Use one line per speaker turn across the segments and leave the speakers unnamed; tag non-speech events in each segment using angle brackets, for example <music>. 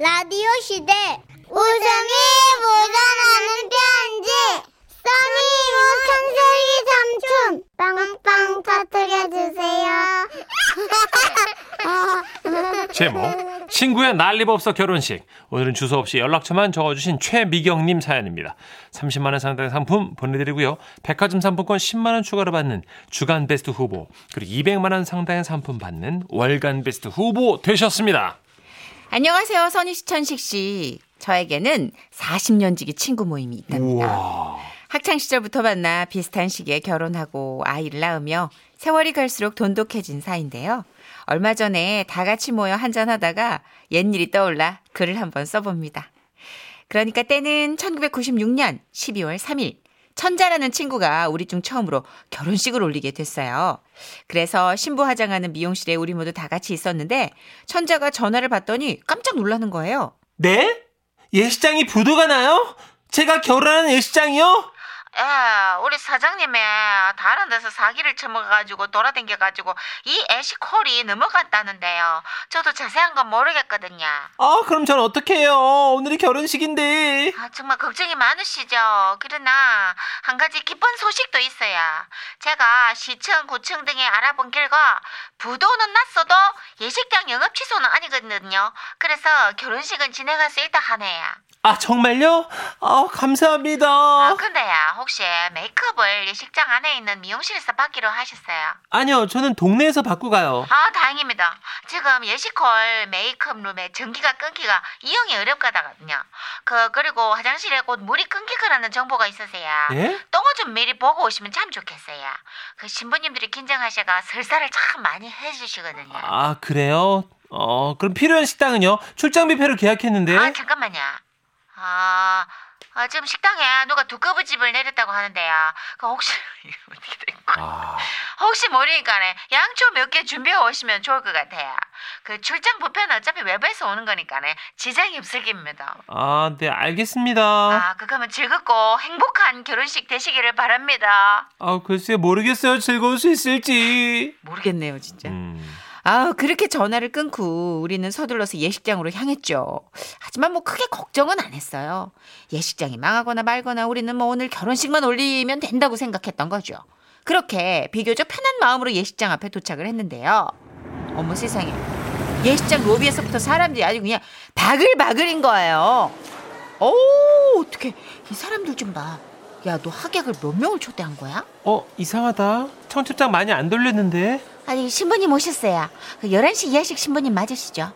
라디오 시대 웃음이 묻어나는 편지 써니 우천세기 삼촌 빵빵 터뜨려주세요
제목 친구의 난리법석 결혼식 오늘은 주소 없이 연락처만 적어주신 최미경님 사연입니다. 30만 원 상당의 상품 보내드리고요. 백화점 상품권 10만 원 추가로 받는 주간 베스트 후보 그리고 200만 원 상당의 상품 받는 월간 베스트 후보 되셨습니다.
안녕하세요, 선희 시천식 씨. 저에게는 40년 지기 친구 모임이 있답니다. 학창 시절부터 만나 비슷한 시기에 결혼하고 아이를 낳으며 세월이 갈수록 돈독해진 사이인데요. 얼마 전에 다 같이 모여 한잔하다가 옛일이 떠올라 글을 한번 써봅니다. 그러니까 때는 1996년 12월 3일. 천자라는 친구가 우리 중 처음으로 결혼식을 올리게 됐어요. 그래서 신부 화장하는 미용실에 우리 모두 다 같이 있었는데 천자가 전화를 받더니 깜짝 놀라는 거예요.
네? 예식장이 부도가 나요? 제가 결혼하는 예식장이요?
야, 우리 사장님이 다른 데서 사기를 쳐먹어가지고 돌아댕겨가지고 이 애시콜이 넘어갔다는데요. 저도 자세한 건 모르겠거든요.
아, 그럼 전 어떻게 해요? 오늘이 결혼식인데.
아, 정말 걱정이 많으시죠? 그러나 한 가지 기쁜 소식도 있어요. 제가 시청, 구청 등에 알아본 결과 부도는 났어도 예식장 영업 취소는 아니거든요. 그래서 결혼식은 진행할 수 있다 하네요.
아, 정말요? 아,
아,
감사합니다.
근데요, 혹시 메이크업을 예식장 안에 있는 미용실에서 받기로 하셨어요?
아니요, 저는 동네에서 받고 가요.
아, 다행입니다. 지금 예시콜 메이크업 룸에 전기가 끊기가 이용이 어렵다거든요. 그 그리고 화장실에 곧 물이 끊길 거라는 정보가 있으세요.
예?
똥을 좀 미리 보고 오시면 참 좋겠어요. 그 신부님들이 긴장하셔가 설사를 참 많이 해주시거든요. 아,
아, 그래요? 어, 그럼 필요한 식당은요? 출장 뷔페로 계약했는데.
잠깐만요. 아, 아, 지금 식당에 누가 두꺼부집을 내렸다고 하는데요. 그 혹시 <laughs> 이게 어떻게 된 거야?
아,
혹시 모르니까네 양초 몇 개 준비해 오시면 좋을 것 같아요. 그 출장 부페는 어차피 외부에서 오는 거니까네 지장이 없을 겁니다.
아, 네, 알겠습니다.
아 그거면 즐겁고 행복한 결혼식 되시기를 바랍니다.
아, 글쎄 모르겠어요. 즐거울 수 있을지.
모르겠네요 진짜.
음,
아 그렇게 전화를 끊고 우리는 서둘러서 예식장으로 향했죠. 하지만 뭐 크게 걱정은 안 했어요. 예식장이 망하거나 말거나 우리는 뭐 오늘 결혼식만 올리면 된다고 생각했던 거죠. 그렇게 비교적 편한 마음으로 예식장 앞에 도착을 했는데요. 어머 세상에 예식장 로비에서부터 사람들이 아주 그냥 바글바글인 거예요. 오 어떻게 이 사람들 좀 봐. 야 너 하객을 몇 명을 초대한 거야?
어, 이상하다. 청첩장 많이 안 돌렸는데.
아니 신부님 오셨어요. 그 11시 예식 신부님 맞으시죠?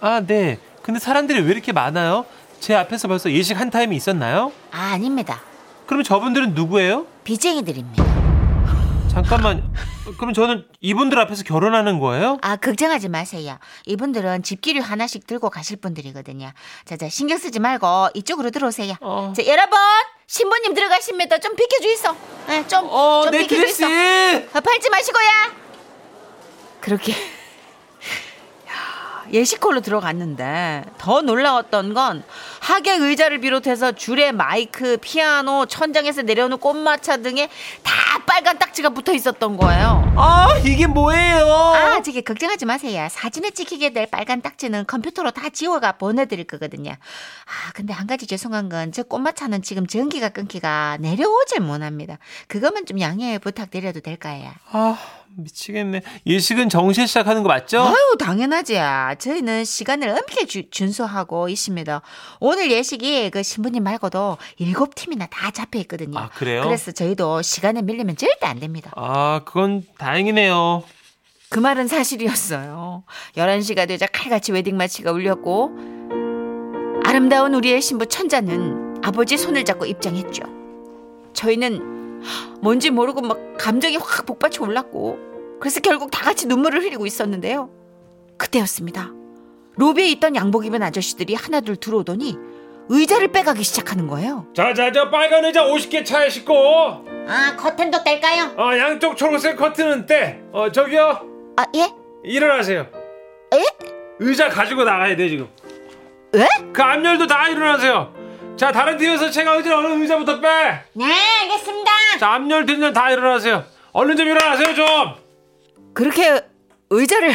아, 네. 근데 사람들이 왜 이렇게 많아요? 제 앞에서 벌써 예식 한 타임이 있었나요?
아, 아닙니다.
그럼 저분들은 누구예요?
빚쟁이들입니다.
잠깐만. 그럼 저는 이분들 앞에서 결혼하는 거예요?
아, 걱정하지 마세요. 이분들은 집기류 하나씩 들고 가실 분들이거든요. 자, 자, 신경 쓰지 말고 이쪽으로 들어오세요.
어.
자, 여러분! 신부님 들어가십니다. 좀 비켜주이소. 네, 좀,
어,
좀
내 드레스.
비켜주이소. 아, 팔지 마시고요. 그렇게 예식홀로 들어갔는데 더 놀라웠던 건 하객 의자를 비롯해서 줄에 마이크, 피아노, 천장에서 내려오는 꽃마차 등에 다 빨간 딱지가 붙어 있었던 거예요.
아, 이게 뭐예요?
아, 저기 걱정하지 마세요. 사진에 찍히게 될 빨간 딱지는 컴퓨터로 다 지워가 보내드릴 거거든요. 아, 근데 한 가지 죄송한 건 저 꽃마차는 지금 전기가 끊기가 내려오질 못합니다. 그것만 좀 양해 부탁드려도 될까요?
아, 미치겠네. 예식은 정시에 시작하는 거 맞죠?
어? 아유 당연하지. 저희는 시간을 엄격히 주- 준수하고 있습니다. 오늘 예식이 그 신부님 말고도 일곱 팀이나 다 잡혀 있거든요.
아, 그래요?
그래서 저희도 시간에 밀리면 절대 안 됩니다.
아, 그건 다행이네요.
그 말은 사실이었어요. 11시가 되자 칼같이 웨딩 마치가 울렸고 아름다운 우리의 신부 천자는 아버지 손을 잡고 입장했죠. 저희는 뭔지 모르고 막 감정이 확 복받쳐 올랐고 그래서 결국 다 같이 눈물을 흘리고 있었는데요. 그때였습니다. 로비에 있던 양복 입은 아저씨들이 하나둘 들어오더니 의자를 빼가기 시작하는 거예요.
자, 자, 저 빨간 의자 50개 차에 싣고,
아 커튼도 뗄까요?
어, 양쪽 초록색 커튼은 떼. 어, 저기요,
아 예?
일어나세요.
에?
의자 가지고 나가야 돼, 지금.
에?
그 앞열도 다 일어나세요. 자, 다른 팀에서 제가 의자 어느 의자부터 빼.
네 알겠습니다
자, 앞열, 뒷열 다 일어나세요. 얼른 좀 일어나세요, 좀.
그렇게 의자를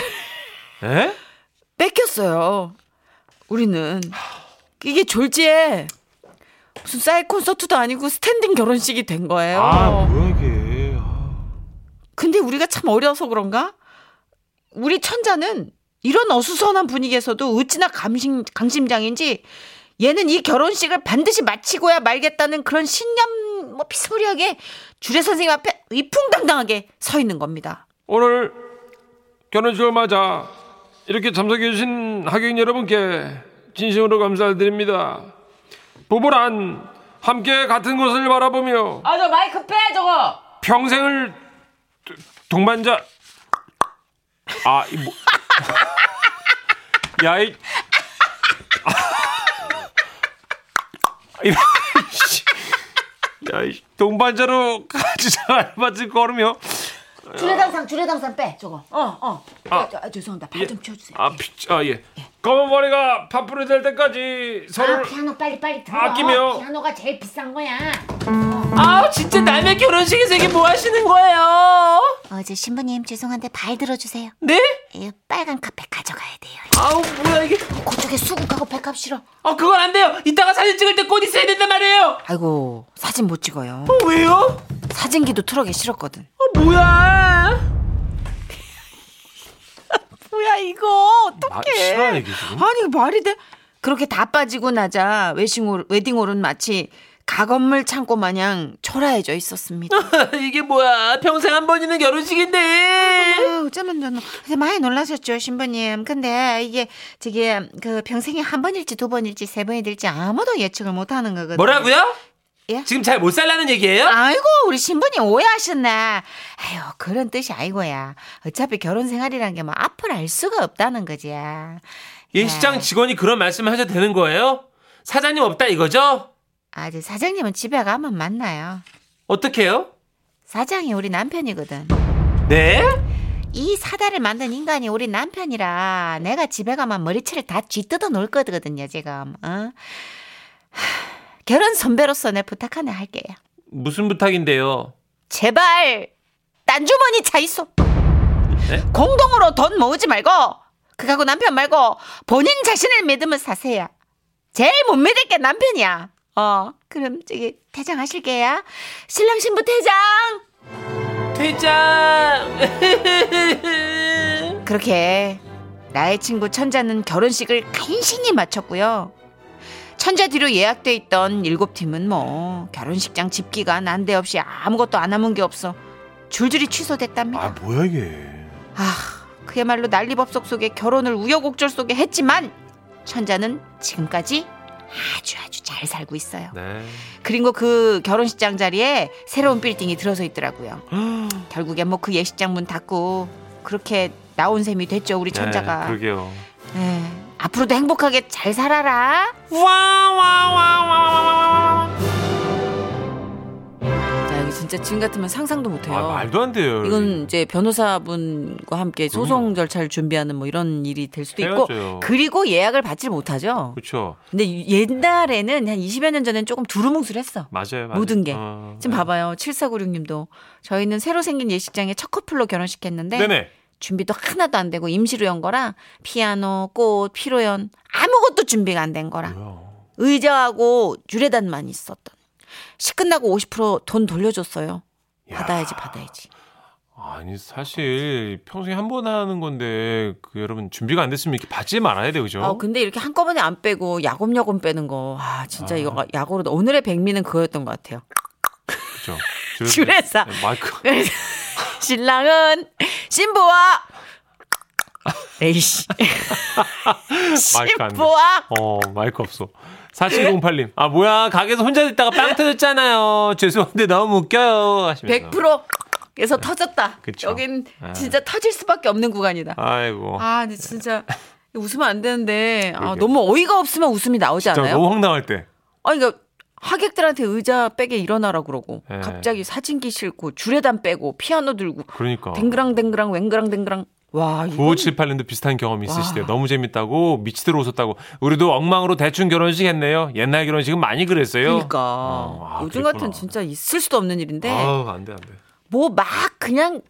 에?
뺏겼어요. 우리는 이게 졸지에 무슨 사이 콘서트도 아니고 스탠딩 결혼식이 된 거예요.
아, 뭐야, 이게. 아,
근데 우리가 참 어려서 그런가? 우리 천자는 이런 어수선한 분위기에서도 어찌나 감심, 강심장인지 얘는 이 결혼식을 반드시 마치고야 말겠다는 그런 신념 뭐 피스무리하게 주례 선생님 앞에 위풍당당하게 서 있는 겁니다.
오늘 결혼식을 맞아 이렇게 참석해주신 하객 여러분께 진심으로 감사드립니다. 부부란 함께 같은 곳을 바라보며
아 저 마이크 빼 저거.
평생을 도- 동반자 아, 이 뭐. 야, 이. 아. 이런, 씨. 야, 이
<laughs>
동반자로 같이 잘 맞을 걸으며
주례당상 주례당상 빼 저거 어어
아.
아, 죄송합니다 발 좀 치워주세요
아, 피, 아 예. 검은 머리가 파뿌리 될 때까지
아
서로를
피아노 빨리 빨리 들어
아끼며.
피아노가 제일 비싼 거야
아우 진짜 남의 결혼식에서 이게 뭐 하시는 거예요?
어제 신부님 죄송한데 발 들어주세요
네?
이 빨간 카페 가져가야 돼요
아우 뭐야 이게?
그쪽에 수국하고 백합 싫어
아 그건 안 돼요. 이따가 사진 찍을 때 꽃 있어야 된단 말이에요. 아이고 사진 못 찍어요.
왜요?
사진기도 트럭에 실었거든.
아, 뭐야?
<laughs> 뭐야 이거
아,
어떡해
싫어, 이게 지금.
아니 말이 돼 그렇게 다 빠지고 나자 웨싱홀, 웨딩홀은 마치 가건물 창고 마냥 초라해져 있었습니다
<laughs> 이게 뭐야? 평생 한 번 있는 결혼식인데.
아유, 어쩌면 저는 근데 많이 놀라셨죠 신부님 근데 이게 저기 그 평생에 한 번일지 두 번일지 세 번일지 아무도 예측을 못하는 거거든요
뭐라고요?
예?
지금 잘 못 살라는 얘기예요?
아이고 우리 신부님 오해하셨네. 아유 그런 뜻이 아니고야. 어차피 결혼 생활이란 게 뭐 앞을 알 수가 없다는 거지.
예, 시장 직원이 그런 말씀을 하셔도 되는 거예요? 사장님 없다 이거죠?
아, 저 사장님은 집에 가면 만나요.
어떻게요?
사장이 우리 남편이거든.
네?
이 사다를 만든 인간이 우리 남편이라 내가 집에 가면 머리채를 다 쥐뜯어 놓을 거거든요, 지금. 어? 하, 결혼 선배로서 내 부탁 하나 할게요.
무슨 부탁인데요?
제발 딴 주머니 차 있어.
네?
공동으로 돈 모으지 말고 그하고 남편 말고 본인 자신을 믿으면 사세요. 제일 못 믿을 게 남편이야. 어, 그럼 저기 퇴장하실게요. 신랑 신부 퇴장.
퇴장!
그렇게 나의 친구 천자는 결혼식을 간신히 마쳤고요. 천자 뒤로 예약돼 있던 일곱 팀은 뭐 결혼식장 집기가 난데없이 아무것도 안 남은 게 없어 줄줄이 취소됐답니다.
아, 뭐야 이게?
아, 그야말로 난리법석 속에 결혼을 우여곡절 속에 했지만 천자는 지금까지 아주 아주 잘 살고 있어요.
네.
그리고 그 결혼식장 자리에 새로운 빌딩이 들어서 있더라고요.
아.
결국엔 뭐 그 예식장 문 닫고 그렇게 나온 셈이 됐죠 우리 천자가.
네, 그러게요.
예, 앞으로도 행복하게 잘 살아라. 야, 이거 진짜 지금 같으면 상상도 못해요.
아, 말도 안 돼요. 음.
이건 이제 변호사분과 함께 소송 절차를 준비하는 뭐 이런 일이 될 수도 있고
헤어져요.
그리고 예약을 받질 못하죠.
그렇죠.
근데 옛날에는 한 20여 년 전에는 조금 두루뭉술했어.
맞아요, 맞아요.
모든 게.
어,
지금 봐봐요. 7496님도 저희는 새로 생긴 예식장에 첫 커플로 결혼식했는데
네네.
준비도 하나도 안 되고 임시로 연 거라 피아노, 꽃, 피로연 아무것도 준비가 안 된 거라
뭐야.
의자하고 유래단만 있었던 식 끝나고 50%돈 돌려줬어요. 받아야지 받아야지.
아니 사실 평소에 한 번 하는 건데 그 여러분 준비가 안 됐으면 이렇게 받지 말아야 돼요, 그죠?
아, 근데 이렇게 한꺼번에 안 빼고 야곱야곱 빼는 거. 아, 진짜 이거 야구로 오늘의 백미는 그거였던 것 같아요.
그죠.
주례사.
네, 마이크.
그래서 <laughs> 신랑은 신부와 에이씨.
<laughs> 마이크 안 돼.
신부와
어 마이크 없어. 4708님. 아 뭐야 가게에서 혼자 있다가 빵 터졌잖아요. 죄송한데 너무 웃겨요. 하시면서. 네.
100%에서 터졌다.
그쵸.
여긴
아.
진짜 터질 수밖에 없는 구간이다.
아이고.
아, 근데 진짜 웃으면 안 되는데 아,
그러게요.
너무 어이가 없으면 웃음이 나오지
진짜
않아요?
너무 황당할 때.
아니 그러니까 하객들한테 의자 빼게 일어나라 그러고
예.
갑자기 사진기 싣고 주례단 빼고 피아노 들고
그러니까.
댕그랑댕그랑 왱그랑댕그랑 와 이거
9578님도 비슷한 경험 있으시대요. 너무 재밌다고 미치도록 웃었다고. 우리도 엉망으로 대충 결혼식 했네요. 옛날 결혼식은 많이 그랬어요.
그러니까 네.
어, 아,
요즘
그랬구나. 아,
같은 진짜 있을 수도 없는 일인데
아우 안돼 안돼.
뭐 막 그냥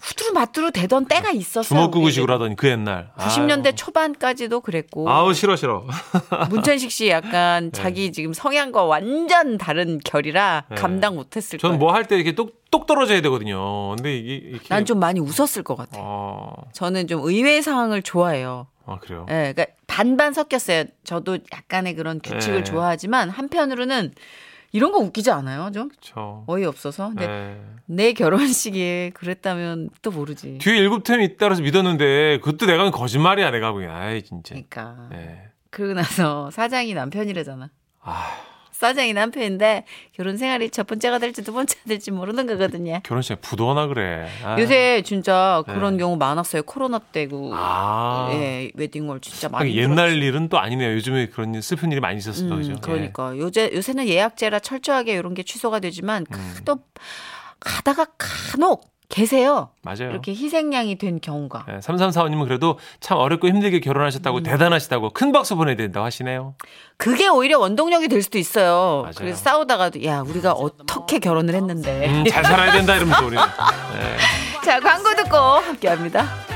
후두루 마뚜루 되던 때가 있었어요.
음. 주먹구구식으로 하던 그 옛날. 아,
90년대 초반까지도 그랬고
아우 네. 싫어 싫어.
문천식 씨 약간 자기 지금 성향과 완전 다른 결이라 감당 못했을
전
거예요.
네. 뭐 할 때 이렇게 똑똑 떨어져야 되거든요. 근데 이게 이렇게
난 좀 많이 웃었을 것 같아. 요
어,
저는 좀 의외의 상황을 좋아해요.
아 그래요.
예, 그러니까 반반 섞였어요. 저도 약간의 그런 규칙을
예.
좋아하지만 한편으로는 이런 거 웃기지 않아요, 좀
그렇죠.
어이 없어서. 근데
네.
내 결혼식에 그랬다면 또 모르지.
뒤에 일곱 템이 있다라서 믿었는데 그것도 내가 보기엔 거짓말이야 내가 보기엔. 아이 진짜.
그러니까
네.
그러고 나서 사장이 남편이라잖아. 사장이 남편인데 결혼 생활이 첫 번째가 될지 두 번째가 될지 모르는 거거든요.
결혼식에 부도하나 그래. 아. 네.
요새 진짜 그런 경우 많았어요. 코로나 때고
아.
예, 웨딩홀 진짜
하긴
많이
그러니까 옛날
들었어요.
일은 또 아니네요. 요즘에 그런 일, 슬픈 일이 많이 있었어
음,
그죠. 예.
그러니까 요새 요새는 예약제라 철저하게 이런 게 취소가 되지만
음.
또 가다가 간혹 계세요.
예, 맞아요.
이렇게 희생양이 된 경우가.
예, 3345님은 그래도 참 어렵고 힘들게
음.
결혼하셨다고 대단하시다고 큰 박수 보내야 된다고 하시네요.
그게 오히려 원동력이 될 수도 있어요.
맞아요.
그래서 싸우다가도 야 우리가 어떻게 결혼을 했는데. <laughs>
음, 잘 살아야 된다 이러면서 우리는.
자 광고 듣고 함께합니다.